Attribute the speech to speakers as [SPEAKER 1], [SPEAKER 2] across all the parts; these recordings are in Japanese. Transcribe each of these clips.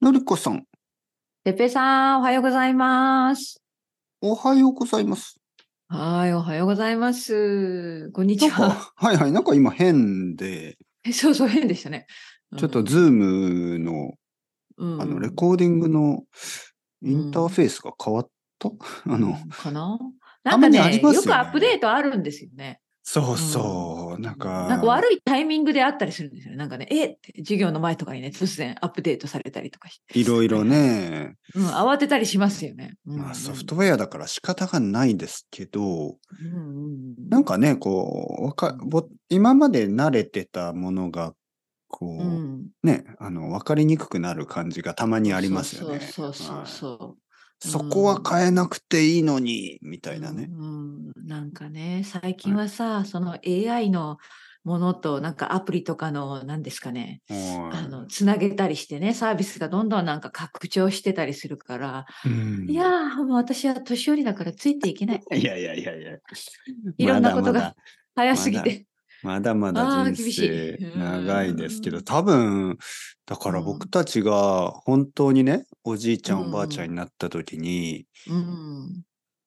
[SPEAKER 1] のりこさん、
[SPEAKER 2] てっぺいさん、おはようございます。
[SPEAKER 1] おはようござい ます。
[SPEAKER 2] はーい、おはようございます。こんに
[SPEAKER 1] な
[SPEAKER 2] ち
[SPEAKER 1] ん
[SPEAKER 2] は。
[SPEAKER 1] か、はいはい、なんか今変で、
[SPEAKER 2] えそうそう、変でしたね。うん
[SPEAKER 1] ちょっと、ズームの、
[SPEAKER 2] うん
[SPEAKER 1] あの、レコーディングのインターフェースが変わった、あの、
[SPEAKER 2] かなな
[SPEAKER 1] た
[SPEAKER 2] ん
[SPEAKER 1] ま
[SPEAKER 2] か
[SPEAKER 1] に
[SPEAKER 2] ね
[SPEAKER 1] ありますよね
[SPEAKER 2] よくアップデートあるんですよね。
[SPEAKER 1] そうそう、なんか、
[SPEAKER 2] なんか悪いタイミングであったりするんですよね。なんかね、えって授業の前とかにね、突然アップデートされたりとかして。
[SPEAKER 1] いろいろね、
[SPEAKER 2] うん、慌てたりしますよね。うん
[SPEAKER 1] まあ、ソフトウェアだから仕方がないですけど、
[SPEAKER 2] うんうんうん
[SPEAKER 1] なんかね、こう、わかぼ今まで慣れてたものが、こう、
[SPEAKER 2] うん
[SPEAKER 1] ね、あの、わかりにくくなる感じがたまにありますよね。
[SPEAKER 2] そうそうそうそう。
[SPEAKER 1] そこは変えなくていいのに、みたいなね。
[SPEAKER 2] うんうん、なんかね最近はさ、その AI のものとなんかアプリとかの何ですかね
[SPEAKER 1] は
[SPEAKER 2] あ
[SPEAKER 1] い
[SPEAKER 2] のつなげたりしてねサービスがどんどんなんか拡張してたりするから、
[SPEAKER 1] うん
[SPEAKER 2] いやーもう私は年寄りだからついていけない
[SPEAKER 1] いやいやいやいや。
[SPEAKER 2] いろんなことが早
[SPEAKER 1] だ
[SPEAKER 2] すぎて、
[SPEAKER 1] まだまだまだ
[SPEAKER 2] あ
[SPEAKER 1] ま
[SPEAKER 2] ー
[SPEAKER 1] だ人生
[SPEAKER 2] 厳しい
[SPEAKER 1] 長いですけ
[SPEAKER 2] う
[SPEAKER 1] ど、
[SPEAKER 2] ん
[SPEAKER 1] 多分、だから僕たちが本当にね、おじいちゃんおばあちゃんになった時に、
[SPEAKER 2] うん、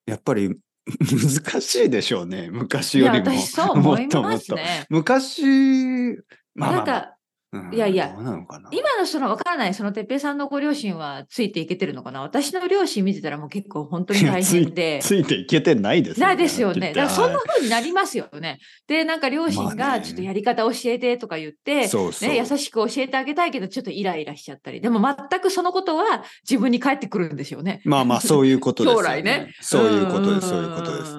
[SPEAKER 1] やっぱり難しいでしょうね、昔
[SPEAKER 2] い
[SPEAKER 1] よ
[SPEAKER 2] や
[SPEAKER 1] りも。
[SPEAKER 2] 私そう
[SPEAKER 1] も
[SPEAKER 2] 思
[SPEAKER 1] っ
[SPEAKER 2] い
[SPEAKER 1] とも
[SPEAKER 2] ま
[SPEAKER 1] っ
[SPEAKER 2] す
[SPEAKER 1] と。
[SPEAKER 2] ね。
[SPEAKER 1] 昔、まあま
[SPEAKER 2] な
[SPEAKER 1] あ
[SPEAKER 2] ん
[SPEAKER 1] ま
[SPEAKER 2] か
[SPEAKER 1] あ、うん
[SPEAKER 2] いやいや
[SPEAKER 1] どうなのかな。
[SPEAKER 2] 今のそのわからないその哲平さんのご両親はついていけてるのかな私の両親見てたらもう結構本当に大変で。
[SPEAKER 1] ついていけてないです
[SPEAKER 2] ないですよ
[SPEAKER 1] はっき
[SPEAKER 2] ね。
[SPEAKER 1] り
[SPEAKER 2] だ
[SPEAKER 1] 言
[SPEAKER 2] か
[SPEAKER 1] っ
[SPEAKER 2] ら
[SPEAKER 1] て
[SPEAKER 2] そんな風になりますよね。で、なんか両親
[SPEAKER 1] まあ
[SPEAKER 2] が
[SPEAKER 1] ね
[SPEAKER 2] ちょっとやり方教えてとか言って、
[SPEAKER 1] そうそう。
[SPEAKER 2] ね、優しく教えてあげたいけど、ちょっとイライラしちゃったり。でも全くそのことは自分に返ってくるんでしょうね。
[SPEAKER 1] まあまあ、そういうことですよ、ね。
[SPEAKER 2] 将来ね。
[SPEAKER 1] そういうことです、そういうことです。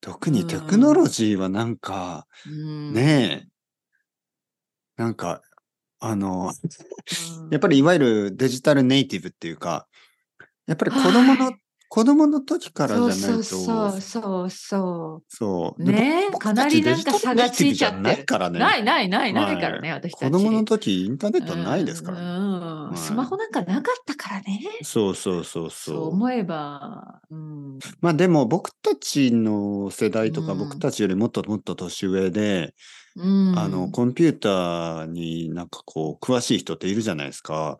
[SPEAKER 1] 特にテクノロジーはなんか、
[SPEAKER 2] うん。
[SPEAKER 1] ねえ、なんか、あの、
[SPEAKER 2] うん
[SPEAKER 1] やっぱりいわゆるデジタルネイティブっていうか、やっぱり子供の、
[SPEAKER 2] はい
[SPEAKER 1] 子供の時からじゃ
[SPEAKER 2] そう
[SPEAKER 1] ないと、
[SPEAKER 2] そうそうそうそ
[SPEAKER 1] そう
[SPEAKER 2] う。
[SPEAKER 1] で
[SPEAKER 2] ね
[SPEAKER 1] 僕
[SPEAKER 2] かなりなん
[SPEAKER 1] 僕
[SPEAKER 2] か
[SPEAKER 1] た
[SPEAKER 2] 差
[SPEAKER 1] デ
[SPEAKER 2] が
[SPEAKER 1] ジタルネイ
[SPEAKER 2] つ
[SPEAKER 1] ティブ
[SPEAKER 2] い
[SPEAKER 1] じ
[SPEAKER 2] ちゃ
[SPEAKER 1] ゃ
[SPEAKER 2] ってる。
[SPEAKER 1] ないからね。
[SPEAKER 2] ないないないないから
[SPEAKER 1] は
[SPEAKER 2] ね、私た
[SPEAKER 1] 子
[SPEAKER 2] ち。
[SPEAKER 1] 供の時インターネットないですから、ね
[SPEAKER 2] うん
[SPEAKER 1] はい
[SPEAKER 2] スマホなんかなかったからね。
[SPEAKER 1] そうそうそうそう。
[SPEAKER 2] そう思えば、うん、
[SPEAKER 1] まあでも僕たちの世代とか
[SPEAKER 2] うん
[SPEAKER 1] 僕たちよりもっともっと年上で、
[SPEAKER 2] うん、
[SPEAKER 1] あのコンピューターになんかこう詳しい人っているじゃないですか。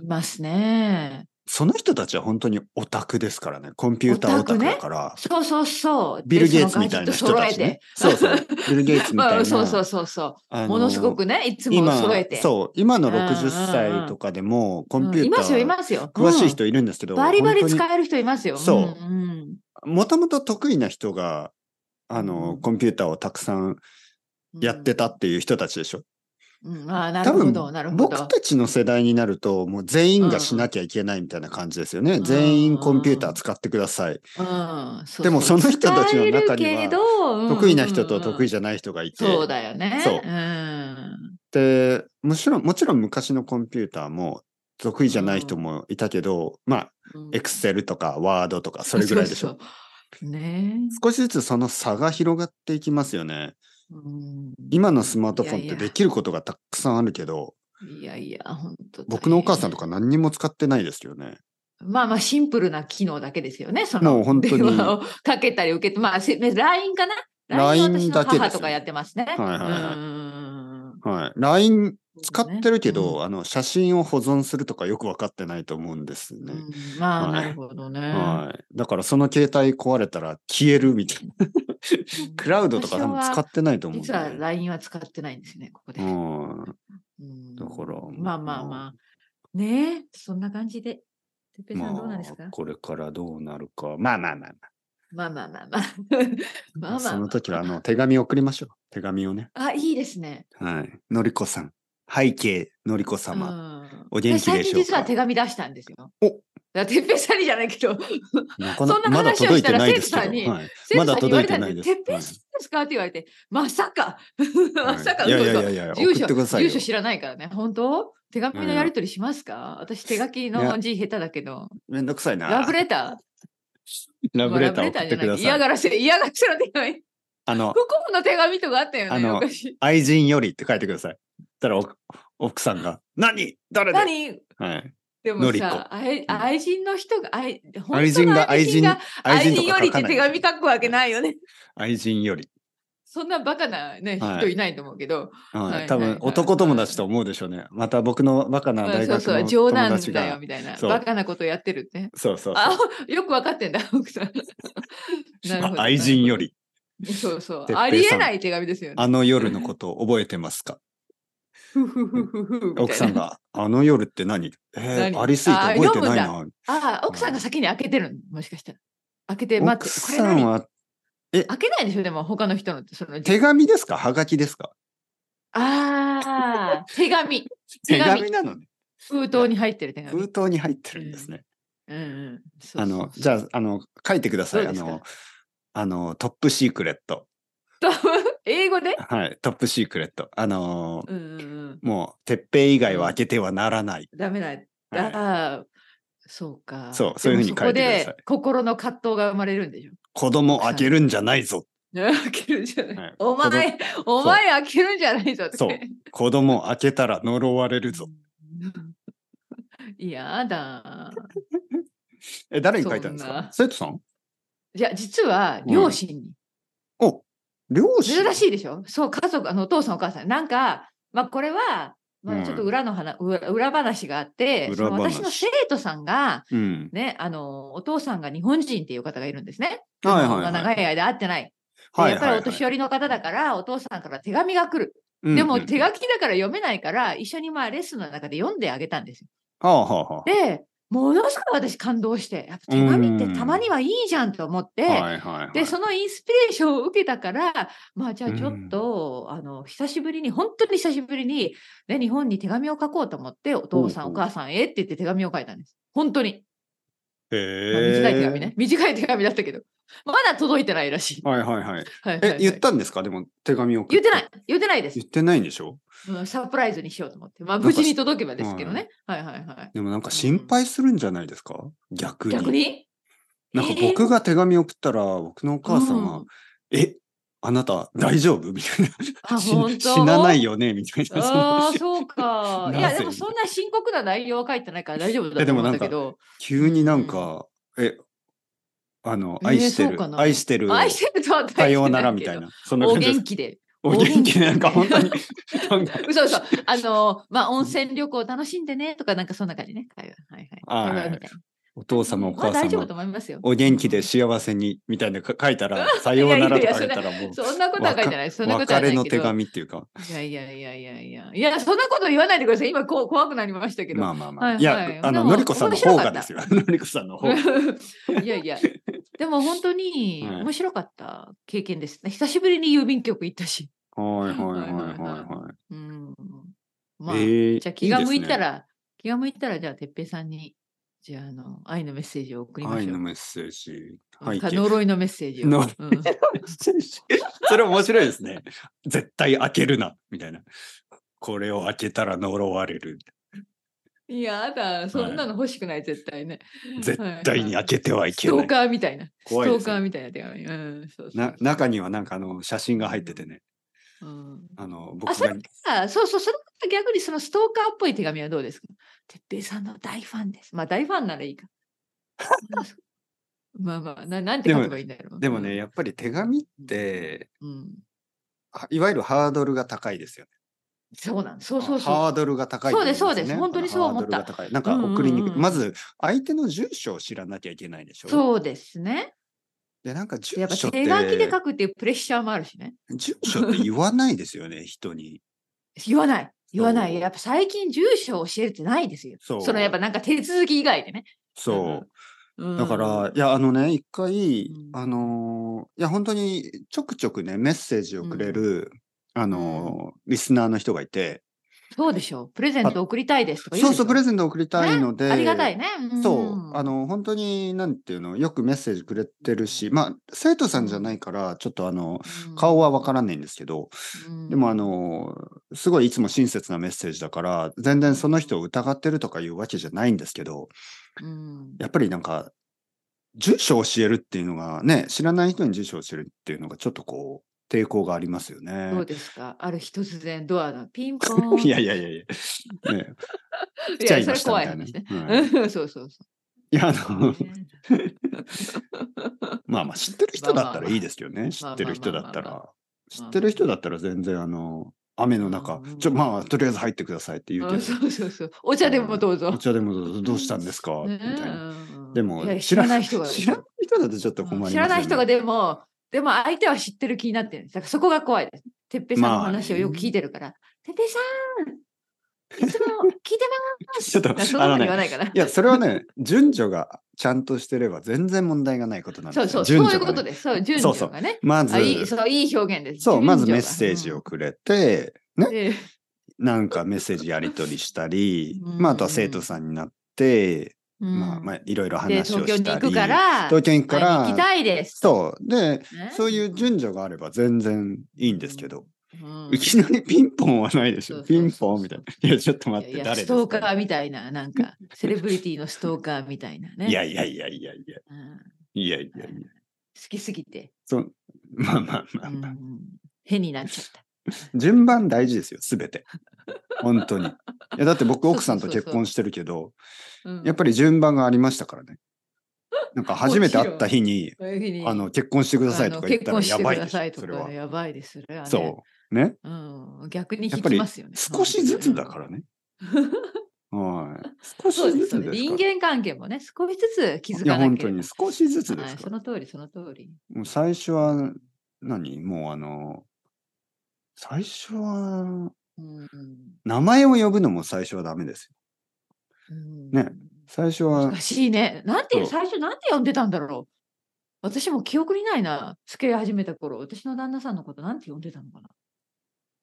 [SPEAKER 2] いますね。
[SPEAKER 1] その人たちは本当にオタクですからね。コンピューターオタクだから。
[SPEAKER 2] そうそうそう。
[SPEAKER 1] ビル・
[SPEAKER 2] で
[SPEAKER 1] ゲイツみたいな人たち、ね。そうそう。ビル・ゲイツみたいな。
[SPEAKER 2] まあ、 そうそうそうそ
[SPEAKER 1] あ
[SPEAKER 2] う。
[SPEAKER 1] の
[SPEAKER 2] ものすごくね、いつも
[SPEAKER 1] 今
[SPEAKER 2] 揃えて。
[SPEAKER 1] そう、今の
[SPEAKER 2] うんうんうん
[SPEAKER 1] 60歳とかでもコ
[SPEAKER 2] う
[SPEAKER 1] ン
[SPEAKER 2] ん
[SPEAKER 1] ピュー
[SPEAKER 2] い
[SPEAKER 1] タ
[SPEAKER 2] ますよ、い
[SPEAKER 1] ー
[SPEAKER 2] ますよ。
[SPEAKER 1] 詳しい人
[SPEAKER 2] うん
[SPEAKER 1] いるんですけど、
[SPEAKER 2] バリバリ
[SPEAKER 1] 本当に
[SPEAKER 2] 使える人いますよ。
[SPEAKER 1] そうん
[SPEAKER 2] うん
[SPEAKER 1] もともと得意な人が、あの、
[SPEAKER 2] うん
[SPEAKER 1] コンピューターをたくさん
[SPEAKER 2] うん
[SPEAKER 1] やってたっていう人たちでしょ。
[SPEAKER 2] うん、ああ、な
[SPEAKER 1] 多
[SPEAKER 2] るほ
[SPEAKER 1] 分
[SPEAKER 2] ど、なるほど
[SPEAKER 1] 僕。たちの世代になると、もう全員がしなきゃいけないみたいな感じですよね。全員コンピューター使ってください。
[SPEAKER 2] うん、う
[SPEAKER 1] でもその人たちの中には
[SPEAKER 2] 使えるけどうん
[SPEAKER 1] 得意な人と得意
[SPEAKER 2] じ
[SPEAKER 1] じゃない人がいて。
[SPEAKER 2] そうだよね。
[SPEAKER 1] そう
[SPEAKER 2] うん。
[SPEAKER 1] で、もちろん、もちろん昔のコンピューターも得意じゃない人もいたけど、まあ、エクセルとかワードとかそれぐらいでしょ。
[SPEAKER 2] そうそうね
[SPEAKER 1] 少しずつその差が広がっていきますよね。
[SPEAKER 2] うん
[SPEAKER 1] 今のスマートフォンっ
[SPEAKER 2] い
[SPEAKER 1] て
[SPEAKER 2] やいや
[SPEAKER 1] できることがたくさんあるけど、
[SPEAKER 2] いやいや、本当
[SPEAKER 1] 僕のお母さんと
[SPEAKER 2] か。
[SPEAKER 1] か何にも使ってないですよね。
[SPEAKER 2] まあまあ、シンプルな機能だけですよね。そ
[SPEAKER 1] もう
[SPEAKER 2] の
[SPEAKER 1] 本当に
[SPEAKER 2] 電話をかけたり受けて、まあ、せ LINE かな
[SPEAKER 1] LINE
[SPEAKER 2] 私の
[SPEAKER 1] だけですよ
[SPEAKER 2] 母とかやってますね。はい
[SPEAKER 1] はいはい
[SPEAKER 2] い
[SPEAKER 1] はい。LINE 使ってるけど、
[SPEAKER 2] うん
[SPEAKER 1] あの、写真を保存するとかよくわかってないと思うんですね。
[SPEAKER 2] うんまあ、
[SPEAKER 1] はい
[SPEAKER 2] なるほどね。
[SPEAKER 1] はい。だからその携帯壊れたら消えるみたいな。クラウドとか多分使ってないと思うん
[SPEAKER 2] 実
[SPEAKER 1] だ
[SPEAKER 2] は
[SPEAKER 1] よね。
[SPEAKER 2] LINE は使ってないんですね、ここで。
[SPEAKER 1] うん。
[SPEAKER 2] うん
[SPEAKER 1] だから
[SPEAKER 2] まあまあまあ。ねえ、そんな感じで。てっぺいさんどうなんですか、
[SPEAKER 1] これからどうなるか。まあまあまあ
[SPEAKER 2] まあまあまあまあ。まあまあまあ
[SPEAKER 1] その時はあの手紙送りましょう。手紙をね。
[SPEAKER 2] あ、いいですね。
[SPEAKER 1] はい。のりこさん。背景のりこ様。
[SPEAKER 2] うん
[SPEAKER 1] お元気でしょうか
[SPEAKER 2] 最近実は手紙出したんですよ。
[SPEAKER 1] お
[SPEAKER 2] だてっぺいさんにじゃないけど、
[SPEAKER 1] なかな
[SPEAKER 2] そんな
[SPEAKER 1] まだ
[SPEAKER 2] 話を
[SPEAKER 1] 届いてないです
[SPEAKER 2] したら
[SPEAKER 1] けど。はい。 ま
[SPEAKER 2] ま
[SPEAKER 1] だ
[SPEAKER 2] だ
[SPEAKER 1] 届い
[SPEAKER 2] 届い
[SPEAKER 1] てな
[SPEAKER 2] てないい
[SPEAKER 1] で
[SPEAKER 2] ですす。てっぺいさんですかって言われて、まさか、 まさか、
[SPEAKER 1] いやい
[SPEAKER 2] 嘘
[SPEAKER 1] やい
[SPEAKER 2] 嘘
[SPEAKER 1] やいや、送
[SPEAKER 2] 住
[SPEAKER 1] って
[SPEAKER 2] 所
[SPEAKER 1] くださいよ
[SPEAKER 2] 住所。知らないからね、本当手紙のやり取りしますか、私手書き
[SPEAKER 1] いや
[SPEAKER 2] の字下手だけど、
[SPEAKER 1] めんどくさいな。
[SPEAKER 2] ラブレタ
[SPEAKER 1] ー。ラ
[SPEAKER 2] ー、
[SPEAKER 1] ブレター送っ
[SPEAKER 2] じ
[SPEAKER 1] て
[SPEAKER 2] ゃな
[SPEAKER 1] くだ
[SPEAKER 2] い嫌
[SPEAKER 1] さい。
[SPEAKER 2] がらせ、嫌がらせの手紙、
[SPEAKER 1] あの、
[SPEAKER 2] 不幸の手紙とかあったよ
[SPEAKER 1] あ
[SPEAKER 2] ね、
[SPEAKER 1] の
[SPEAKER 2] 昔。
[SPEAKER 1] 愛人よりって書いてください。たらお奥さんが、何誰だ
[SPEAKER 2] 何
[SPEAKER 1] はい。
[SPEAKER 2] で
[SPEAKER 1] の
[SPEAKER 2] も
[SPEAKER 1] りこ
[SPEAKER 2] さ、愛
[SPEAKER 1] うん
[SPEAKER 2] 愛人の人が、愛本当の
[SPEAKER 1] 愛人が愛人、
[SPEAKER 2] 愛人よりっ
[SPEAKER 1] とか書か
[SPEAKER 2] て手
[SPEAKER 1] ない
[SPEAKER 2] 紙書くわけないよね。
[SPEAKER 1] 愛人より。
[SPEAKER 2] そんなバカな、ね
[SPEAKER 1] はい
[SPEAKER 2] 人いないと思うけど、
[SPEAKER 1] は、
[SPEAKER 2] はいい
[SPEAKER 1] 多分男友達と思うでしょうね。また僕のバカな
[SPEAKER 2] まあ
[SPEAKER 1] 大
[SPEAKER 2] そう
[SPEAKER 1] 学
[SPEAKER 2] そう
[SPEAKER 1] の
[SPEAKER 2] 冗
[SPEAKER 1] 友
[SPEAKER 2] 談
[SPEAKER 1] 達
[SPEAKER 2] だよ
[SPEAKER 1] が。
[SPEAKER 2] みたいな
[SPEAKER 1] そう
[SPEAKER 2] バカなことやってるってね
[SPEAKER 1] そうそう
[SPEAKER 2] あ
[SPEAKER 1] そ
[SPEAKER 2] よく分か ってんだ奥さん
[SPEAKER 1] う。
[SPEAKER 2] なるほど
[SPEAKER 1] あ愛人より、
[SPEAKER 2] そうそう
[SPEAKER 1] 哲平さん
[SPEAKER 2] ありえない手紙ですよね
[SPEAKER 1] あの夜のことを覚えてますか
[SPEAKER 2] ふふふふ ふみたいな
[SPEAKER 1] 奥さんが、あの夜って何えー、
[SPEAKER 2] 何
[SPEAKER 1] ありすぎて覚えてない
[SPEAKER 2] あ
[SPEAKER 1] な。
[SPEAKER 2] ああ、奥さんが先に開けてるのもしかしたら。開けて待って。
[SPEAKER 1] 奥さん
[SPEAKER 2] これ
[SPEAKER 1] は
[SPEAKER 2] 何開けないでしょでも他の人のその
[SPEAKER 1] 手紙ですかはがきですか
[SPEAKER 2] ああ、手紙。
[SPEAKER 1] 手
[SPEAKER 2] 手紙
[SPEAKER 1] 紙なのね。
[SPEAKER 2] 封筒に入ってる手紙。
[SPEAKER 1] 封筒に入ってるんですね。
[SPEAKER 2] うんうん。そうそう
[SPEAKER 1] あの、じゃあ、あの、書いてください。
[SPEAKER 2] ど
[SPEAKER 1] あ
[SPEAKER 2] うですか
[SPEAKER 1] の、あの、トップシークレット。
[SPEAKER 2] と英語で
[SPEAKER 1] はい、トップシークレット。あのー
[SPEAKER 2] うんうんうん。
[SPEAKER 1] もう、鉄平以外は開けてはならない。
[SPEAKER 2] ダメだ。
[SPEAKER 1] はい
[SPEAKER 2] ああ、そうか。
[SPEAKER 1] そうそういうふうに
[SPEAKER 2] でも
[SPEAKER 1] 書いてください
[SPEAKER 2] そこで心の葛藤が生まれるんでしょ。
[SPEAKER 1] 子供開けるんじゃないぞ。
[SPEAKER 2] 開けるんじゃない。
[SPEAKER 1] はい
[SPEAKER 2] お前、お前開けるんじゃないぞって。
[SPEAKER 1] そう子供開けたら呪われる ぞ。
[SPEAKER 2] いやだ。
[SPEAKER 1] え、誰に書いたんです
[SPEAKER 2] そん
[SPEAKER 1] か
[SPEAKER 2] な
[SPEAKER 1] 生徒さん
[SPEAKER 2] いや、実は
[SPEAKER 1] うん
[SPEAKER 2] 両親に。
[SPEAKER 1] お両親
[SPEAKER 2] 珍しいでしょそう、家族、あの、お父さんお母さん。なんか、まあ、これは、
[SPEAKER 1] う
[SPEAKER 2] ま
[SPEAKER 1] ん
[SPEAKER 2] あ、ちょっと裏の話、うら裏話があって、その
[SPEAKER 1] 裏話
[SPEAKER 2] 私の生徒さんが、
[SPEAKER 1] うん。
[SPEAKER 2] ね、あの、お父さんが日本人っていう方がいるんですね。
[SPEAKER 1] はいはい
[SPEAKER 2] 日本
[SPEAKER 1] は
[SPEAKER 2] が
[SPEAKER 1] い
[SPEAKER 2] 長い間会ってない。で
[SPEAKER 1] はい
[SPEAKER 2] やっぱりお年寄りの方だから、お父さんから手紙が来る。でも、手
[SPEAKER 1] が。
[SPEAKER 2] 書きだから読めないから、一緒にまあ、レッスンの中で読んであげたんですよ。
[SPEAKER 1] はあはあは
[SPEAKER 2] で、ものすごく私感動して、やっぱ手紙ってたまにはいいじゃんと思って、
[SPEAKER 1] あ。はいはいはい。
[SPEAKER 2] で、そのインスピレーションを受けたから、まあ、じゃあちょっと、あの、久しぶりに、本当に久しぶりに、ね、日本に手紙を書こうと思って、お父さん、
[SPEAKER 1] ほう
[SPEAKER 2] お
[SPEAKER 1] ほう
[SPEAKER 2] 母さんへって言って手紙を書いたんです。本当に。ま
[SPEAKER 1] へ
[SPEAKER 2] あ
[SPEAKER 1] え。
[SPEAKER 2] 短い手紙ね。。短い手紙だったけど。まだ届いてないらしい。
[SPEAKER 1] はいはいはい。
[SPEAKER 2] はいはいは
[SPEAKER 1] え
[SPEAKER 2] い、
[SPEAKER 1] 言ったんですかでも手紙を送
[SPEAKER 2] 言ってない。言ってないです
[SPEAKER 1] 言。ってないんでしょ
[SPEAKER 2] うんサプライズにしようと思って。ま
[SPEAKER 1] な
[SPEAKER 2] あ、
[SPEAKER 1] んか
[SPEAKER 2] 無
[SPEAKER 1] し
[SPEAKER 2] 事に届けばですけどね。はいはいはい。
[SPEAKER 1] でもなんか心配するんじゃないですか逆に。
[SPEAKER 2] 逆に
[SPEAKER 1] なんか
[SPEAKER 2] えー
[SPEAKER 1] 僕が手紙送ったら、僕のお母さんが、
[SPEAKER 2] うん
[SPEAKER 1] え、あなた大丈夫みたいな
[SPEAKER 2] あ、
[SPEAKER 1] 死
[SPEAKER 2] 本当
[SPEAKER 1] 死なないよねみたいな。 そ
[SPEAKER 2] あ
[SPEAKER 1] の
[SPEAKER 2] あ、そうか。い
[SPEAKER 1] な
[SPEAKER 2] や、
[SPEAKER 1] ぜ
[SPEAKER 2] でもそんな深刻な内容は書いてないから大丈夫
[SPEAKER 1] え
[SPEAKER 2] だ
[SPEAKER 1] で
[SPEAKER 2] と
[SPEAKER 1] も
[SPEAKER 2] 思うん
[SPEAKER 1] なん
[SPEAKER 2] だ
[SPEAKER 1] か
[SPEAKER 2] け ど。
[SPEAKER 1] 急になんか、え、あの、愛して
[SPEAKER 2] えーそう
[SPEAKER 1] る、
[SPEAKER 2] かな
[SPEAKER 1] 愛してる、
[SPEAKER 2] 愛してるとは大丈夫
[SPEAKER 1] さようならみたいな。そんな
[SPEAKER 2] お
[SPEAKER 1] 感じで
[SPEAKER 2] 元
[SPEAKER 1] す。
[SPEAKER 2] 気で。
[SPEAKER 1] お
[SPEAKER 2] お元気
[SPEAKER 1] 元気で、なんか本当に、なんか、
[SPEAKER 2] 嘘嘘。あの、まあ、温泉旅行楽しんでねとか、なんかそんな感じね。会話はい
[SPEAKER 1] あ
[SPEAKER 2] は
[SPEAKER 1] ー
[SPEAKER 2] い。
[SPEAKER 1] はい
[SPEAKER 2] 会話みたいな
[SPEAKER 1] お父様、お
[SPEAKER 2] まあ
[SPEAKER 1] 母
[SPEAKER 2] 大丈夫と
[SPEAKER 1] 様、
[SPEAKER 2] 思いますよ。
[SPEAKER 1] お元気で幸せに、みたいなか書いたら、さようならとか書いたらもう、
[SPEAKER 2] そんなことは書いてない。そんなこと
[SPEAKER 1] 別
[SPEAKER 2] はな
[SPEAKER 1] れ
[SPEAKER 2] い
[SPEAKER 1] の
[SPEAKER 2] け
[SPEAKER 1] 手
[SPEAKER 2] ど。
[SPEAKER 1] 紙っていうか、
[SPEAKER 2] いやいやいやいやいや。いや、そんなこと言わないでください。今こう怖くなりましたけど。
[SPEAKER 1] まあまあま
[SPEAKER 2] は
[SPEAKER 1] あ。
[SPEAKER 2] い
[SPEAKER 1] いや
[SPEAKER 2] はい、
[SPEAKER 1] あの、
[SPEAKER 2] でも
[SPEAKER 1] のりこさんの方がですよ。のりこさんの方が。
[SPEAKER 2] いやいや。でも本当に
[SPEAKER 1] はい
[SPEAKER 2] 面白かった経験ですね。久しぶりに郵便局行ったし。
[SPEAKER 1] はいはいはい
[SPEAKER 2] はい
[SPEAKER 1] は
[SPEAKER 2] はいい
[SPEAKER 1] は。
[SPEAKER 2] はいうん。まあ、
[SPEAKER 1] ええ
[SPEAKER 2] じゃあ気が向いた
[SPEAKER 1] い
[SPEAKER 2] ら、気が向いたら、じゃあ、てっぺいさんに、じゃあ、あの、愛のメッセージを送
[SPEAKER 1] い
[SPEAKER 2] り
[SPEAKER 1] ですね愛の
[SPEAKER 2] ましょう。
[SPEAKER 1] メッセージ。
[SPEAKER 2] うんか
[SPEAKER 1] 背景
[SPEAKER 2] 呪いのメッセージを。
[SPEAKER 1] 呪い
[SPEAKER 2] うん
[SPEAKER 1] それ面白いですね。絶対開けるな、みたいな。これを開けたら呪われる。
[SPEAKER 2] いやだ、そんなの欲しくない、絶対ね。
[SPEAKER 1] 絶対に開けてはいけ
[SPEAKER 2] スト
[SPEAKER 1] な
[SPEAKER 2] ー
[SPEAKER 1] い。
[SPEAKER 2] カーみたいな。スト
[SPEAKER 1] 怖いですね
[SPEAKER 2] ーカーみたいな手紙。うん、そうそうそう
[SPEAKER 1] な中にはなんかあの写真が入っててね。
[SPEAKER 2] うん
[SPEAKER 1] あの
[SPEAKER 2] あ、
[SPEAKER 1] 僕
[SPEAKER 2] そ
[SPEAKER 1] が
[SPEAKER 2] れか、そうそう、それか逆にそのストーカーっぽい手紙はどうですかてっぺいさんの大ファンです。まあ大ファンならい いか。まあまあ、ななんて書けばいいんだろう。
[SPEAKER 1] でもね、やっぱり手紙って、
[SPEAKER 2] うん、うん
[SPEAKER 1] あいわゆるハードルが高いですよね。
[SPEAKER 2] そうなんそうそう
[SPEAKER 1] ハ
[SPEAKER 2] そ
[SPEAKER 1] ー
[SPEAKER 2] う。
[SPEAKER 1] ドルが高い、
[SPEAKER 2] そうですそうです本当にそう思った
[SPEAKER 1] ハードルが高い。なんか送りにくい。
[SPEAKER 2] うんうんうん
[SPEAKER 1] まず相手の住所を知らなきゃいけないでしょ。
[SPEAKER 2] そうですね。
[SPEAKER 1] でなんか住
[SPEAKER 2] やっぱ
[SPEAKER 1] 所
[SPEAKER 2] 手書
[SPEAKER 1] って
[SPEAKER 2] きで書くっていうプレッシャーもあるしね。
[SPEAKER 1] 住所って言わないですよね人に。
[SPEAKER 2] 言わない。言わな
[SPEAKER 1] そう
[SPEAKER 2] い。やっぱ最近住所を教えるってないですよ。
[SPEAKER 1] そう
[SPEAKER 2] そのやっぱなんか手続き以外でね。
[SPEAKER 1] そう。
[SPEAKER 2] うんうん
[SPEAKER 1] だから、いやあのね一回、
[SPEAKER 2] うん
[SPEAKER 1] あのーいや本当にちょくちょくねメッセージをくれる、あのーリスナーの人がいて、
[SPEAKER 2] そうでしょう。プレゼント送りたいですとか言
[SPEAKER 1] そうう
[SPEAKER 2] でし
[SPEAKER 1] そ
[SPEAKER 2] ょ
[SPEAKER 1] うプレゼント送りたいので、
[SPEAKER 2] ねありがたいね。ん
[SPEAKER 1] そうあの本当になんていうのよくメッセージくれてるしまあ生徒さんじゃないからちょっとあの顔はわからないんですけど、
[SPEAKER 2] うん
[SPEAKER 1] でもあのーすごいいつも親切なメッセージだから全然その人を疑ってるとかいうわけじゃないんですけど、
[SPEAKER 2] うん
[SPEAKER 1] やっぱりなんか、住所を教えるっていうのがね、知らない人に住所を教えるっていうのがちょっとこう、抵抗がありますよ
[SPEAKER 2] どう
[SPEAKER 1] ね。
[SPEAKER 2] ですかある日突然ド アのピンポーン。
[SPEAKER 1] いやいやいやいや。ね、
[SPEAKER 2] い
[SPEAKER 1] 来ちゃい
[SPEAKER 2] そ
[SPEAKER 1] ま
[SPEAKER 2] れ
[SPEAKER 1] したみ
[SPEAKER 2] 怖い
[SPEAKER 1] たいな。
[SPEAKER 2] 話ね。
[SPEAKER 1] はい
[SPEAKER 2] うんそうそうそ
[SPEAKER 1] いや、あ
[SPEAKER 2] う
[SPEAKER 1] の、
[SPEAKER 2] ね。
[SPEAKER 1] まあまあ知ってる人だったらいいですけどね。知
[SPEAKER 2] ま
[SPEAKER 1] っ
[SPEAKER 2] あまあまあ
[SPEAKER 1] てる人だったら。知ってる人だったら全然あの、雨の中、ちょ、まあ、とりあえず入ってくださいって言う
[SPEAKER 2] う
[SPEAKER 1] け
[SPEAKER 2] ん
[SPEAKER 1] ど、
[SPEAKER 2] そうそうそう。お茶でもどうぞ
[SPEAKER 1] お。茶でもどうぞどうしたんですかみ
[SPEAKER 2] ね
[SPEAKER 1] たいな。
[SPEAKER 2] うん
[SPEAKER 1] でも
[SPEAKER 2] いや、
[SPEAKER 1] 知
[SPEAKER 2] 知
[SPEAKER 1] ら
[SPEAKER 2] ら
[SPEAKER 1] な
[SPEAKER 2] ないい人が。
[SPEAKER 1] 知らない人だとちょっと困ります、ね。
[SPEAKER 2] 知らない人がでも、でも相手は知ってる気になってるんです。だからそこが怖いです。てっぺいさんの話をよく聞いてるから。てっぺいさんいつも聞いてます
[SPEAKER 1] ちょっと
[SPEAKER 2] だからそ ん
[SPEAKER 1] あの
[SPEAKER 2] なの
[SPEAKER 1] ね
[SPEAKER 2] 言わないから。
[SPEAKER 1] いや、それはね、順序がちゃんとしてれば全然問題がないことなんです
[SPEAKER 2] そ
[SPEAKER 1] よ。
[SPEAKER 2] うそう、
[SPEAKER 1] 順
[SPEAKER 2] そうい
[SPEAKER 1] 序が
[SPEAKER 2] うこ
[SPEAKER 1] ね
[SPEAKER 2] とです。そう、順序がね。
[SPEAKER 1] まず
[SPEAKER 2] あ、いい、そう、いい表現です。
[SPEAKER 1] そう、まず
[SPEAKER 2] 順
[SPEAKER 1] メッ
[SPEAKER 2] 序が
[SPEAKER 1] セージをくれて、
[SPEAKER 2] うんで
[SPEAKER 1] なんかメッセージやり取りしたり、
[SPEAKER 2] うん
[SPEAKER 1] まあ、あとは生徒さんになって、
[SPEAKER 2] うん
[SPEAKER 1] まあ、まあ、いろいろ
[SPEAKER 2] で、
[SPEAKER 1] 話
[SPEAKER 2] 東
[SPEAKER 1] を
[SPEAKER 2] 京
[SPEAKER 1] し
[SPEAKER 2] に
[SPEAKER 1] た
[SPEAKER 2] 行
[SPEAKER 1] り。
[SPEAKER 2] くから、
[SPEAKER 1] 東京に行くか
[SPEAKER 2] 会いに行き
[SPEAKER 1] ら、
[SPEAKER 2] たいです。
[SPEAKER 1] そう。で、
[SPEAKER 2] ね
[SPEAKER 1] そういう順序があれば全然いいんですけど、
[SPEAKER 2] うん
[SPEAKER 1] いきなりピンポンはないでし
[SPEAKER 2] そ
[SPEAKER 1] ょ。
[SPEAKER 2] うそう
[SPEAKER 1] ピ
[SPEAKER 2] そう
[SPEAKER 1] ンポンみたいな。いや、ちょっと待っ
[SPEAKER 2] い
[SPEAKER 1] て、
[SPEAKER 2] やいや
[SPEAKER 1] 誰です
[SPEAKER 2] ストーカ
[SPEAKER 1] か
[SPEAKER 2] ーみたいな、なんか、セレブリティのストーカーみたいなね。
[SPEAKER 1] いやいやいやいやいや、
[SPEAKER 2] うん
[SPEAKER 1] いやいやいや。
[SPEAKER 2] 好きすぎて、
[SPEAKER 1] そうまあまあま
[SPEAKER 2] う
[SPEAKER 1] あ
[SPEAKER 2] んう
[SPEAKER 1] まあ、
[SPEAKER 2] ん変になっちゃった。
[SPEAKER 1] 順番大事ですよ、すべて。本当に。いや、だって僕、
[SPEAKER 2] そうそうそうそう
[SPEAKER 1] 奥さんと結婚してるけど、
[SPEAKER 2] うん
[SPEAKER 1] やっぱり順番がありましたからね。なんか初めて会った日に、
[SPEAKER 2] こういうふうに
[SPEAKER 1] あの、結婚してくださいとか言ったらやばい
[SPEAKER 2] あの結婚してくだ
[SPEAKER 1] で
[SPEAKER 2] さい
[SPEAKER 1] しょ、
[SPEAKER 2] と
[SPEAKER 1] それ
[SPEAKER 2] か
[SPEAKER 1] は
[SPEAKER 2] ね。やばいです。れはね
[SPEAKER 1] そう。ね。
[SPEAKER 2] うん、逆に
[SPEAKER 1] やっ
[SPEAKER 2] 引
[SPEAKER 1] ぱ
[SPEAKER 2] き
[SPEAKER 1] り
[SPEAKER 2] ますよね。
[SPEAKER 1] 少しずつだから ね。はい。少
[SPEAKER 2] そう
[SPEAKER 1] し
[SPEAKER 2] で
[SPEAKER 1] ず
[SPEAKER 2] すそ
[SPEAKER 1] つ
[SPEAKER 2] うです。
[SPEAKER 1] です
[SPEAKER 2] 人
[SPEAKER 1] から。
[SPEAKER 2] 間関係もね、少しずつ気づ
[SPEAKER 1] いや、
[SPEAKER 2] かな
[SPEAKER 1] 本
[SPEAKER 2] けれ
[SPEAKER 1] 当
[SPEAKER 2] ば
[SPEAKER 1] に少しずつで
[SPEAKER 2] は
[SPEAKER 1] す
[SPEAKER 2] い、
[SPEAKER 1] か
[SPEAKER 2] そ
[SPEAKER 1] ら。
[SPEAKER 2] の通り、その通り。
[SPEAKER 1] もう最初は、何もうあの、最初は、
[SPEAKER 2] うん
[SPEAKER 1] 名前を呼ぶのも最初はダメですよ。
[SPEAKER 2] うん
[SPEAKER 1] ね最初は
[SPEAKER 2] 難、しいね。なんていう、
[SPEAKER 1] そ
[SPEAKER 2] 最初なんて呼んでたんだろう。私も記憶にないな。付き合い始めた頃、私の旦那さんのことなんて呼んでたのかな。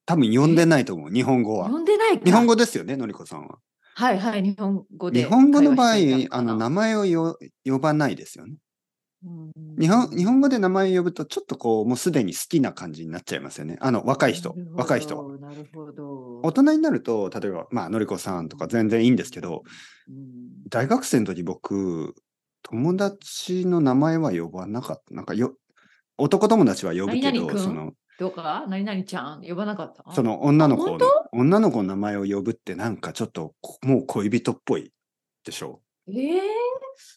[SPEAKER 1] 多分呼んでないと思う、日本語は
[SPEAKER 2] 呼。んでないか。
[SPEAKER 1] 日本語ですよね、のりこさんは。
[SPEAKER 2] はいはい、日本語で。
[SPEAKER 1] 日本語の場合、あの、名
[SPEAKER 2] な
[SPEAKER 1] 前をよ呼ばないですよね。日
[SPEAKER 2] 日
[SPEAKER 1] 本日本語で名前呼ぶと、ちょっとこう、もうすでに好きな感じになっちゃいますよね。あの、若い人、若い人は。。
[SPEAKER 2] なるほど。
[SPEAKER 1] 大人になると、例えば、まあ、のりこさんとか全然いいんですけど、
[SPEAKER 2] うん
[SPEAKER 1] 大学生の時僕、友達の名前は呼ばなかった。なんかよ、男友達は呼ぶけ
[SPEAKER 2] 何
[SPEAKER 1] ど、
[SPEAKER 2] 々君
[SPEAKER 1] その、
[SPEAKER 2] どうか何々ちゃん呼ばなかった
[SPEAKER 1] その女の子
[SPEAKER 2] 本
[SPEAKER 1] の、女の子の名前を呼ぶってなんかちょっとこ、もう恋人っぽいでしょ
[SPEAKER 2] えー、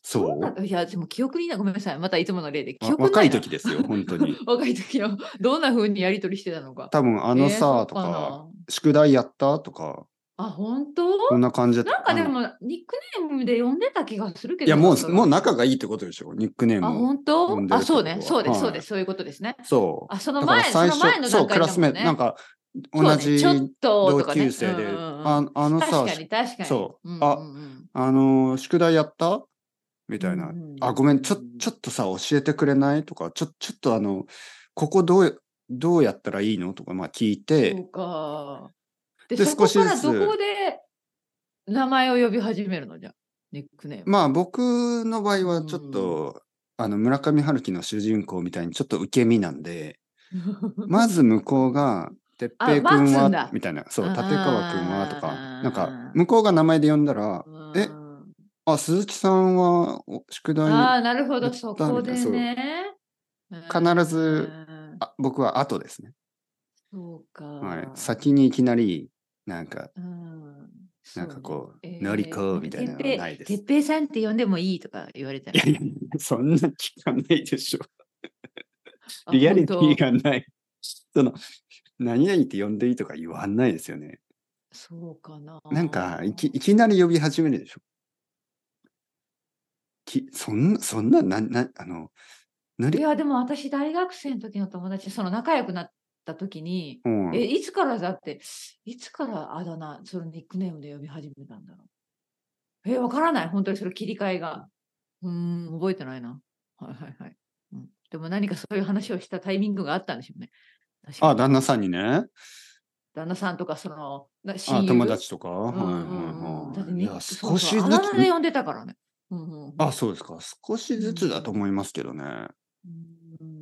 [SPEAKER 1] そう
[SPEAKER 2] なんだいや、でも記憶にない。ごめんなさい。またいつもの例で。記
[SPEAKER 1] わ
[SPEAKER 2] 憶にな
[SPEAKER 1] 若
[SPEAKER 2] い
[SPEAKER 1] い
[SPEAKER 2] な
[SPEAKER 1] 時ですよ、本当 に。
[SPEAKER 2] 若い時の、どんな風にやりとりしてたのか。
[SPEAKER 1] 多分、あ
[SPEAKER 2] あ
[SPEAKER 1] のさ、とか、。宿題やったとか、
[SPEAKER 2] あ、本当
[SPEAKER 1] こんな感じだった
[SPEAKER 2] なんかで
[SPEAKER 1] あの
[SPEAKER 2] も、ニックネームで呼んでた気がするけど。
[SPEAKER 1] いや、も
[SPEAKER 2] なん
[SPEAKER 1] う、
[SPEAKER 2] か
[SPEAKER 1] もう仲がいいってことでしょ、ニックネー
[SPEAKER 2] あ、
[SPEAKER 1] ムを。
[SPEAKER 2] 本当
[SPEAKER 1] 呼んでるっ
[SPEAKER 2] あ、
[SPEAKER 1] てこと
[SPEAKER 2] そ
[SPEAKER 1] は
[SPEAKER 2] うね。そうです、そう
[SPEAKER 1] は
[SPEAKER 2] で
[SPEAKER 1] い
[SPEAKER 2] す。そういうことですね。
[SPEAKER 1] そう。
[SPEAKER 2] あ、その
[SPEAKER 1] だから
[SPEAKER 2] 前、そ
[SPEAKER 1] 最
[SPEAKER 2] の前の
[SPEAKER 1] 初、そう、ク
[SPEAKER 2] 段階
[SPEAKER 1] ラ
[SPEAKER 2] だも
[SPEAKER 1] ス
[SPEAKER 2] んね。
[SPEAKER 1] メート、なんか、
[SPEAKER 2] そうね、
[SPEAKER 1] 同じ
[SPEAKER 2] ちょっと
[SPEAKER 1] 同
[SPEAKER 2] とかね
[SPEAKER 1] 級生で、
[SPEAKER 2] うんうんうん
[SPEAKER 1] ああの
[SPEAKER 2] 確
[SPEAKER 1] さ
[SPEAKER 2] か、に、確かに。
[SPEAKER 1] そうんあ
[SPEAKER 2] んん
[SPEAKER 1] あの、宿題やったみたいな。
[SPEAKER 2] うんうん
[SPEAKER 1] あ、ごめん、ちょ、ちょっとさ、教えてくれないとか、ちょ、ちょっとあの、ここどう、どうやったらいいのとか、まあ聞い
[SPEAKER 2] そ
[SPEAKER 1] て、
[SPEAKER 2] うか。で、
[SPEAKER 1] で
[SPEAKER 2] そこ
[SPEAKER 1] 少し
[SPEAKER 2] から
[SPEAKER 1] ずつ
[SPEAKER 2] どこで名前を呼び始めるのじゃあ、ニックネーム。
[SPEAKER 1] まあ僕の場合はちょっと、あの、村上春樹の主人公みたいにちょっと受け身なんで、まず向こうが、てっ
[SPEAKER 2] あ
[SPEAKER 1] ぺいくん
[SPEAKER 2] 待つん
[SPEAKER 1] は
[SPEAKER 2] だ、
[SPEAKER 1] みたいな、そう、
[SPEAKER 2] あー
[SPEAKER 1] 立川くんは、とか、なん
[SPEAKER 2] あ
[SPEAKER 1] か、
[SPEAKER 2] ー
[SPEAKER 1] 向こうが名前で呼んだら、
[SPEAKER 2] うん
[SPEAKER 1] えあ、鈴木さんは、お宿題
[SPEAKER 2] ああ、なるほど、
[SPEAKER 1] 言
[SPEAKER 2] そ
[SPEAKER 1] った
[SPEAKER 2] こ
[SPEAKER 1] みたい
[SPEAKER 2] で
[SPEAKER 1] な
[SPEAKER 2] ね。
[SPEAKER 1] 必ず
[SPEAKER 2] うん
[SPEAKER 1] あ僕は後ですね。
[SPEAKER 2] そうか。
[SPEAKER 1] はい。先にいきなり、なんか、
[SPEAKER 2] うん
[SPEAKER 1] なんかこう
[SPEAKER 2] そね
[SPEAKER 1] のりこみたいなのは
[SPEAKER 2] てっぺ
[SPEAKER 1] ないです
[SPEAKER 2] てっぺいさんって呼んでもいいとか言われた
[SPEAKER 1] い
[SPEAKER 2] ら
[SPEAKER 1] や。いやいや、そんな聞かないでしょ。
[SPEAKER 2] あ
[SPEAKER 1] リアリティ。
[SPEAKER 2] 本
[SPEAKER 1] がない。その、何々って呼んでいいとか言わないですよね。
[SPEAKER 2] 当そうかな。
[SPEAKER 1] なんかいき、いきなり呼び始めるでしょ。きそんな、そんな、な、な、あの、の
[SPEAKER 2] い
[SPEAKER 1] り、
[SPEAKER 2] や、でも私、大学生の時の友達、その仲良くなった時に、
[SPEAKER 1] うん、
[SPEAKER 2] え、いつからだって、いつからあだ名、そのニックネームで呼び始めたんだろう。え、わからない。本当にそれ切り替えが。うーん、覚えてないな。はいはいはい。うん、でも何かそういう話をしたタイミングがあったんでしょうね。確か
[SPEAKER 1] あ、
[SPEAKER 2] に
[SPEAKER 1] 旦那さんにね。
[SPEAKER 2] 旦那さんとか、その、な親
[SPEAKER 1] あ、
[SPEAKER 2] 友
[SPEAKER 1] 友達とか。はい
[SPEAKER 2] うんうんうん
[SPEAKER 1] は
[SPEAKER 2] だ
[SPEAKER 1] い
[SPEAKER 2] っ
[SPEAKER 1] はい。
[SPEAKER 2] て
[SPEAKER 1] い
[SPEAKER 2] ね
[SPEAKER 1] や、
[SPEAKER 2] そ
[SPEAKER 1] 少
[SPEAKER 2] う
[SPEAKER 1] しずつ
[SPEAKER 2] そうあ。だ名で呼んでたからね。うんうんうん、
[SPEAKER 1] あ、そうですか。少しずつだと思いますけどね。
[SPEAKER 2] う、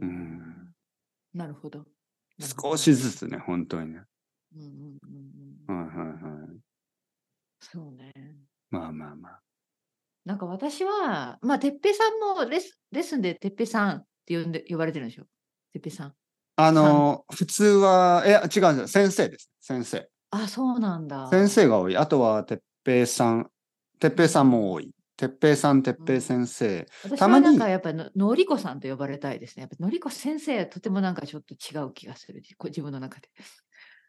[SPEAKER 1] うんん。
[SPEAKER 2] なるほど。なるほど
[SPEAKER 1] 少しずつね、本当にね。
[SPEAKER 2] うんうんうんう
[SPEAKER 1] はい
[SPEAKER 2] ん
[SPEAKER 1] はいはい。
[SPEAKER 2] そうね。
[SPEAKER 1] まあまあまあ。
[SPEAKER 2] なんか私は、まあ、てっぺいさんもレッスレッスンでてっぺいさんって呼んで呼ばれてるんでしょ。てっぺいさん。
[SPEAKER 1] あの、普通は、え、違うんですよ先生です。先生。
[SPEAKER 2] あ、そうなんだ。
[SPEAKER 1] 先生が多い。あとは、てっぺいさん。てっぺいさんも多い。鉄平さん、鉄平先生。
[SPEAKER 2] 私
[SPEAKER 1] た
[SPEAKER 2] は
[SPEAKER 1] まに
[SPEAKER 2] なんかやっぱりののりこさんと呼ばれたいですね。やっぱりのりこ先生はとてもなんかちょっと違う気がする。こ自分の中で。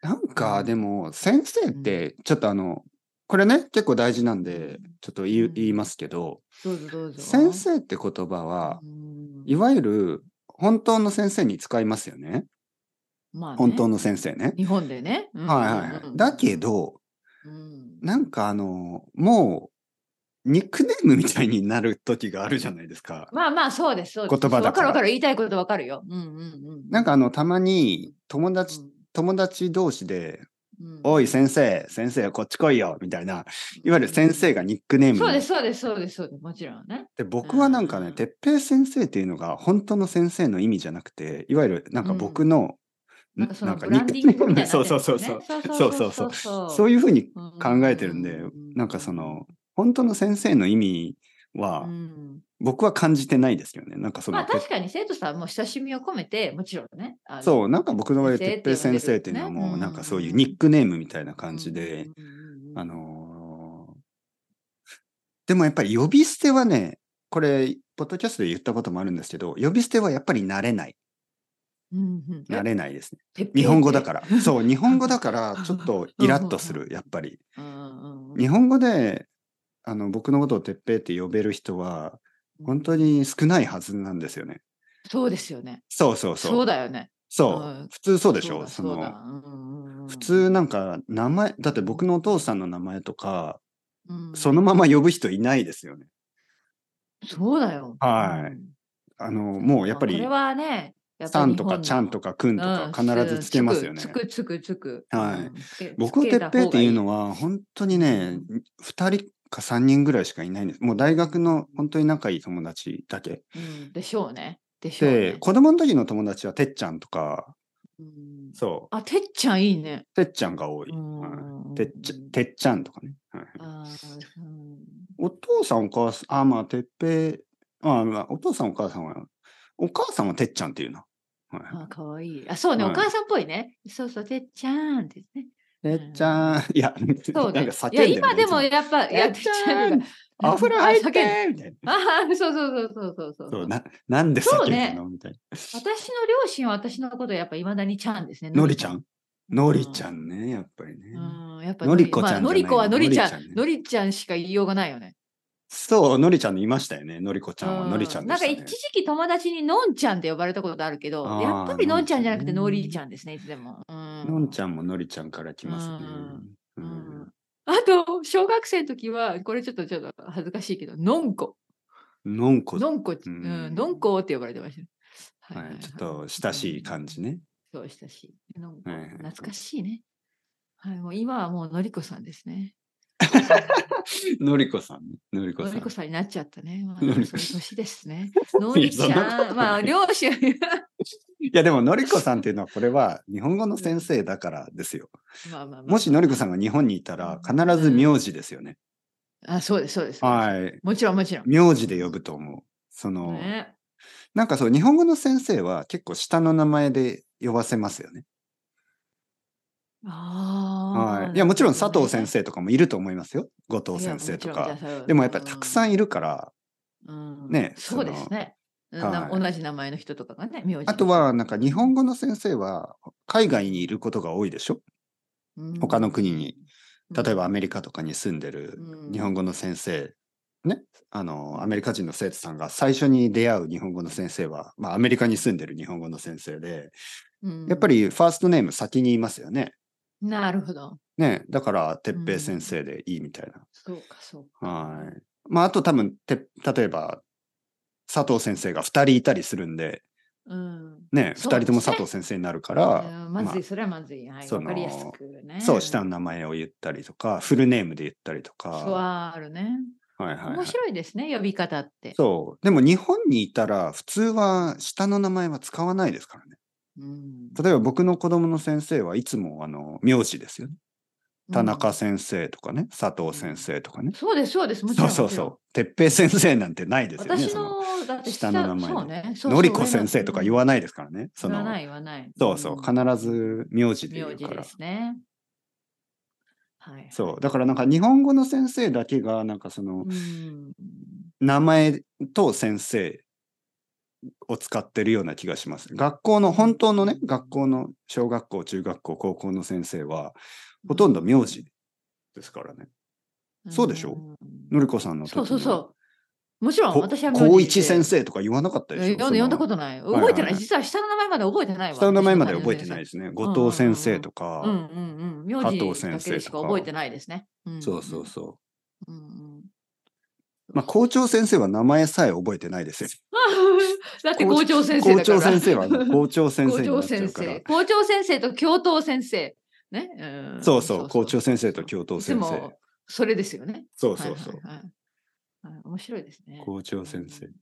[SPEAKER 1] なんか、
[SPEAKER 2] うん
[SPEAKER 1] でも、先生って、ちょっとあの、これね、結構大事なんで、ちょっと言い,、
[SPEAKER 2] うん
[SPEAKER 1] 言いますけど、
[SPEAKER 2] どうぞどうぞ。
[SPEAKER 1] 先生って言葉は、
[SPEAKER 2] うん
[SPEAKER 1] いわゆる、本当の先生に使いますよね。
[SPEAKER 2] まあね
[SPEAKER 1] 本当の先生ね。
[SPEAKER 2] 日本でね。うん
[SPEAKER 1] はいはいはい。だけ、ど、
[SPEAKER 2] うん
[SPEAKER 1] なんかあの、もう、ニックネームみたいになる時があるじゃないですか。
[SPEAKER 2] まあまあそうです。そうです
[SPEAKER 1] 言葉だ
[SPEAKER 2] わ
[SPEAKER 1] か
[SPEAKER 2] からるわかる。言いたいことわかるよ。うんうんうん。
[SPEAKER 1] なんかあの、たまに友達、
[SPEAKER 2] う
[SPEAKER 1] 友達同士で、
[SPEAKER 2] ん、うん
[SPEAKER 1] おい先生、先生こっち来いよ、みたいな、いわゆる先生がニックネームに
[SPEAKER 2] そう
[SPEAKER 1] な
[SPEAKER 2] で
[SPEAKER 1] っ
[SPEAKER 2] す、そうです、そうです、そうです。もちろんね。
[SPEAKER 1] て、僕はなんか
[SPEAKER 2] う
[SPEAKER 1] ね、
[SPEAKER 2] ん
[SPEAKER 1] てっぺい先生っていうのが本当の先生の意味じゃなくて、いわゆるなんか僕の、
[SPEAKER 2] なんかそ
[SPEAKER 1] な
[SPEAKER 2] の
[SPEAKER 1] んか
[SPEAKER 2] ブ
[SPEAKER 1] ニッ
[SPEAKER 2] ラン
[SPEAKER 1] ク
[SPEAKER 2] デ
[SPEAKER 1] ネ
[SPEAKER 2] ィング
[SPEAKER 1] ー
[SPEAKER 2] み
[SPEAKER 1] ム、
[SPEAKER 2] たいになってるんです
[SPEAKER 1] そ
[SPEAKER 2] よ
[SPEAKER 1] う
[SPEAKER 2] ね
[SPEAKER 1] そうそうそう。
[SPEAKER 2] そうそうそうそう。
[SPEAKER 1] そういうふうに
[SPEAKER 2] うん
[SPEAKER 1] 考えてるんで、なんかその、本当の先生の意味
[SPEAKER 2] う
[SPEAKER 1] は、
[SPEAKER 2] ん
[SPEAKER 1] 僕は感じてないですよね。なんかその、
[SPEAKER 2] まあ確かに生徒さんも親しみを込めて、もちろんね。あの
[SPEAKER 1] そう、なんか僕の場合、哲
[SPEAKER 2] 先
[SPEAKER 1] 平
[SPEAKER 2] 生
[SPEAKER 1] 先生っ
[SPEAKER 2] って呼んでる
[SPEAKER 1] ていうのは
[SPEAKER 2] ね
[SPEAKER 1] もう、
[SPEAKER 2] うん
[SPEAKER 1] なんかそういうニックネームみたいな感じで、、
[SPEAKER 2] うんうんうん
[SPEAKER 1] あのーでもやっぱり呼び捨てはね、これ、ポッドキャストで言ったこともあるんですけど、呼び捨てはやっぱり慣れない。
[SPEAKER 2] うんうん
[SPEAKER 1] 慣れないですね。
[SPEAKER 2] てっぺいって
[SPEAKER 1] 日本語だから。そう、日本語だ から、ちょっとイラッとする、やっぱり。
[SPEAKER 2] うんうんうん
[SPEAKER 1] 日本語で、あの、僕のことを哲平って呼べる人は、本当に少ないはずなんですよね。
[SPEAKER 2] そうですよね。
[SPEAKER 1] そうそうそう。
[SPEAKER 2] そうだよね。。
[SPEAKER 1] そううん普通そうでしょ
[SPEAKER 2] だ
[SPEAKER 1] そ
[SPEAKER 2] そう
[SPEAKER 1] の
[SPEAKER 2] だ、うんうんうん
[SPEAKER 1] 普通なんか名前、だって僕のお父さんの名前とか、
[SPEAKER 2] うん
[SPEAKER 1] そのまま呼ぶ人いないですよね。
[SPEAKER 2] そうだよ。
[SPEAKER 1] はい
[SPEAKER 2] うん
[SPEAKER 1] あの、もうやっぱ
[SPEAKER 2] まあこ
[SPEAKER 1] り
[SPEAKER 2] れ、はね、やっぱ
[SPEAKER 1] さ
[SPEAKER 2] り
[SPEAKER 1] ん
[SPEAKER 2] 日
[SPEAKER 1] と
[SPEAKER 2] 本
[SPEAKER 1] かちゃんと
[SPEAKER 2] の
[SPEAKER 1] かくんとか必ずつけますよね
[SPEAKER 2] つ。くつくつくつく。
[SPEAKER 1] はい
[SPEAKER 2] うん。つけ
[SPEAKER 1] 僕を
[SPEAKER 2] つ
[SPEAKER 1] て
[SPEAKER 2] け
[SPEAKER 1] っ
[SPEAKER 2] た
[SPEAKER 1] ぺいっていう
[SPEAKER 2] 方
[SPEAKER 1] のは、本当にね、2人か3人ぐらいしかいないんです。もう大学の本当に仲いい友達だけ。
[SPEAKER 2] がいい、うんでしょうね。でしょうね
[SPEAKER 1] で、。子供の時の友達はてっちゃんとか、
[SPEAKER 2] うん
[SPEAKER 1] そ
[SPEAKER 2] あ、てっちゃんいいね。
[SPEAKER 1] う、てっちゃんが多い。はいてっちゃてっちゃんとかね。はい
[SPEAKER 2] あーうん
[SPEAKER 1] お父さんお母さん、あ、まあ、てっぺい、あ、まあ、お父さんお母さんは、お母さんはてっちゃんっていうな。は
[SPEAKER 2] あ、かわいい。あ、そうね、
[SPEAKER 1] はい
[SPEAKER 2] お母さんっぽいね。そうそう、てっちゃんってね。
[SPEAKER 1] い、てっちゃん、 いや、
[SPEAKER 2] そう
[SPEAKER 1] なん
[SPEAKER 2] ね
[SPEAKER 1] か叫ん。
[SPEAKER 2] い
[SPEAKER 1] で
[SPEAKER 2] や、
[SPEAKER 1] るね
[SPEAKER 2] 今でも
[SPEAKER 1] いつ
[SPEAKER 2] やっぱ、いや
[SPEAKER 1] てっちゃん、お風呂入っ。
[SPEAKER 2] てっちゃ
[SPEAKER 1] て
[SPEAKER 2] ん
[SPEAKER 1] みたいな。
[SPEAKER 2] あ叫んであ、そうそうそうそうそう
[SPEAKER 1] そ、
[SPEAKER 2] そうう。
[SPEAKER 1] な、なんで叫
[SPEAKER 2] そ
[SPEAKER 1] ぶ
[SPEAKER 2] うね
[SPEAKER 1] のみたい
[SPEAKER 2] 私の両親は私のことやっぱいまだにちゃんですね。
[SPEAKER 1] な。のりちゃんのりちゃ
[SPEAKER 2] ん。
[SPEAKER 1] んね、やっぱりね。
[SPEAKER 2] うん、やっぱ
[SPEAKER 1] のりこちゃん
[SPEAKER 2] ま
[SPEAKER 1] じゃな
[SPEAKER 2] あの
[SPEAKER 1] い
[SPEAKER 2] りこはのりちゃ
[SPEAKER 1] のりちゃんね
[SPEAKER 2] ん、のりちゃんしか言いようがないよね。
[SPEAKER 1] そう、のりちゃんのいましたよね。のりこちゃんは
[SPEAKER 2] う
[SPEAKER 1] のりちゃんで
[SPEAKER 2] なん
[SPEAKER 1] した、
[SPEAKER 2] か
[SPEAKER 1] ね。
[SPEAKER 2] 一時期友達にのんちゃんって呼ばれたことあるけど、
[SPEAKER 1] あー
[SPEAKER 2] やっぱりのんちゃんじゃなくて
[SPEAKER 1] の
[SPEAKER 2] の
[SPEAKER 1] んちゃん
[SPEAKER 2] りちゃんですね、いつでも。うん
[SPEAKER 1] のんちゃんものりちゃんから来ますね。う
[SPEAKER 2] うんんあと、小学生の時は、これちょっとちょっと恥ずかしいけど、のんこ。
[SPEAKER 1] のんこ、
[SPEAKER 2] のんこ、
[SPEAKER 1] う
[SPEAKER 2] うんん、のんこって呼ばれてましたね。は
[SPEAKER 1] はい、ちょっと親しい感じ。ね。
[SPEAKER 2] うんそう、親しい。のんこ
[SPEAKER 1] はいはい
[SPEAKER 2] 懐かしいね。はい、もう今はもうのりこさんですね。
[SPEAKER 1] のりこさんね。のりこ
[SPEAKER 2] の
[SPEAKER 1] さ
[SPEAKER 2] り
[SPEAKER 1] ん
[SPEAKER 2] こ。さんになっちゃったね。まあ、
[SPEAKER 1] の
[SPEAKER 2] そうい
[SPEAKER 1] り
[SPEAKER 2] う
[SPEAKER 1] こさん
[SPEAKER 2] 年で すね。のりち
[SPEAKER 1] そんなこと
[SPEAKER 2] ゃん、まあ、両親、
[SPEAKER 1] いやでものりこさんっていうのはこれは日本語の先生だからですよ。
[SPEAKER 2] まあまあまあ
[SPEAKER 1] もしのりこさんが日本にいたら必ず名字ですよね。
[SPEAKER 2] あ、そうです、そうです。
[SPEAKER 1] はい。
[SPEAKER 2] もちろん、もちろん。
[SPEAKER 1] 名字で呼ぶと思う。その、
[SPEAKER 2] ね、
[SPEAKER 1] なんかそう日本語の先生は結構下の名前で呼ばせますよね。
[SPEAKER 2] ああ、
[SPEAKER 1] はい。いやもちろん佐藤先
[SPEAKER 2] 生
[SPEAKER 1] 生とかもいると思いますよ。後藤先生とか。。でもやっぱりたくさ
[SPEAKER 2] ん、
[SPEAKER 1] んいるから、
[SPEAKER 2] うん
[SPEAKER 1] ね
[SPEAKER 2] そうですね。うんな
[SPEAKER 1] はい
[SPEAKER 2] 同じ名前の人とかがね、名字の人
[SPEAKER 1] あとはなんか日本語の先生は海外にいることが多いでしょ他の国に。
[SPEAKER 2] うん
[SPEAKER 1] 例えばアメリカとかに住んでる日本語の先生、ね、あの、アメリカ人の生徒さんが最初に出会う日本語の先生は、まあアメリカに住んでる日本語の先生で、やっぱ、りファーストネーム先に言いますよね。
[SPEAKER 2] うんなるほど。
[SPEAKER 1] ね、だから、てっぺい先生でいいみたい
[SPEAKER 2] そうか、そうか。
[SPEAKER 1] な。はい。まああと多分、て、例えば、佐藤先生が2人いたりするんで、
[SPEAKER 2] うん。
[SPEAKER 1] ね、2
[SPEAKER 2] そうですね
[SPEAKER 1] 人とも佐藤先生になるから、
[SPEAKER 2] うんまず
[SPEAKER 1] まあ
[SPEAKER 2] い、それはまずい。はい、
[SPEAKER 1] そ
[SPEAKER 2] わ
[SPEAKER 1] の
[SPEAKER 2] かりやすくね。
[SPEAKER 1] そう、下の名前を言ったりとか、フルネームで言ったりと
[SPEAKER 2] そう
[SPEAKER 1] か、
[SPEAKER 2] あるね。
[SPEAKER 1] はいはい、は
[SPEAKER 2] 面
[SPEAKER 1] い。
[SPEAKER 2] 白いですね、呼び方って。
[SPEAKER 1] そう。でも日本にいたら普通は下の名前は使わないですからね。
[SPEAKER 2] うん
[SPEAKER 1] 例えば僕の子供の先生はいつもあの名字ですよね。田中先生とかね、佐藤先生とかね
[SPEAKER 2] うん。そうです、そうです。もち
[SPEAKER 1] そ
[SPEAKER 2] ろ
[SPEAKER 1] うんそうそう。鉄平先生なんてないで
[SPEAKER 2] も
[SPEAKER 1] すよ
[SPEAKER 2] ちろん
[SPEAKER 1] ね。その
[SPEAKER 2] 私の、だって
[SPEAKER 1] 下の名前
[SPEAKER 2] そう
[SPEAKER 1] で
[SPEAKER 2] ね。そう
[SPEAKER 1] のりこ先生とか言わ
[SPEAKER 2] ない。
[SPEAKER 1] ないですからね。そ
[SPEAKER 2] 言わ
[SPEAKER 1] の
[SPEAKER 2] ない、言わない。
[SPEAKER 1] そうそう。必ず名字で
[SPEAKER 2] 名
[SPEAKER 1] 言う
[SPEAKER 2] 字
[SPEAKER 1] か
[SPEAKER 2] で
[SPEAKER 1] ら。
[SPEAKER 2] すね。はい。
[SPEAKER 1] そう。だからなんか日本語の先生だけが、なんかその
[SPEAKER 2] うん。
[SPEAKER 1] 名前と先生を使ってるような気がします。学校の本当のね、学校の小学校、中学校、高校の先生は、ほとんど名字ですからね。そうでしょのりこさんの時
[SPEAKER 2] そ
[SPEAKER 1] も
[SPEAKER 2] うそうそう。もちろん
[SPEAKER 1] こ
[SPEAKER 2] 私は名字で
[SPEAKER 1] 高一先生とか言わなかったでしょ
[SPEAKER 2] え読んで読んだこととない。
[SPEAKER 1] いはい
[SPEAKER 2] 覚えてない。実は下の名前まで覚えてないわ。
[SPEAKER 1] 下の名前まで覚えてないですね。
[SPEAKER 2] んうん
[SPEAKER 1] 後藤先生とか、
[SPEAKER 2] うんうんうん。名字
[SPEAKER 1] 加藤先
[SPEAKER 2] だけ
[SPEAKER 1] 生
[SPEAKER 2] で
[SPEAKER 1] とか
[SPEAKER 2] しか覚えてないですね。ん
[SPEAKER 1] そうそうそう。
[SPEAKER 2] うんうん。
[SPEAKER 1] まあ、校長先生は名前さえ覚えてないですよ。
[SPEAKER 2] だって校長先生
[SPEAKER 1] 校
[SPEAKER 2] だから。
[SPEAKER 1] 長先生はね、校長先生
[SPEAKER 2] 校
[SPEAKER 1] にな
[SPEAKER 2] 長
[SPEAKER 1] っちゃ
[SPEAKER 2] 先
[SPEAKER 1] うから
[SPEAKER 2] 生。。校長先生と教頭先生。ね。うん
[SPEAKER 1] そうそう、校長先生と教頭先
[SPEAKER 2] いつ
[SPEAKER 1] 生
[SPEAKER 2] も。それですよね。
[SPEAKER 1] そうそうそう。
[SPEAKER 2] はいはいはいはい面白いですね。
[SPEAKER 1] 校長先生
[SPEAKER 2] うん。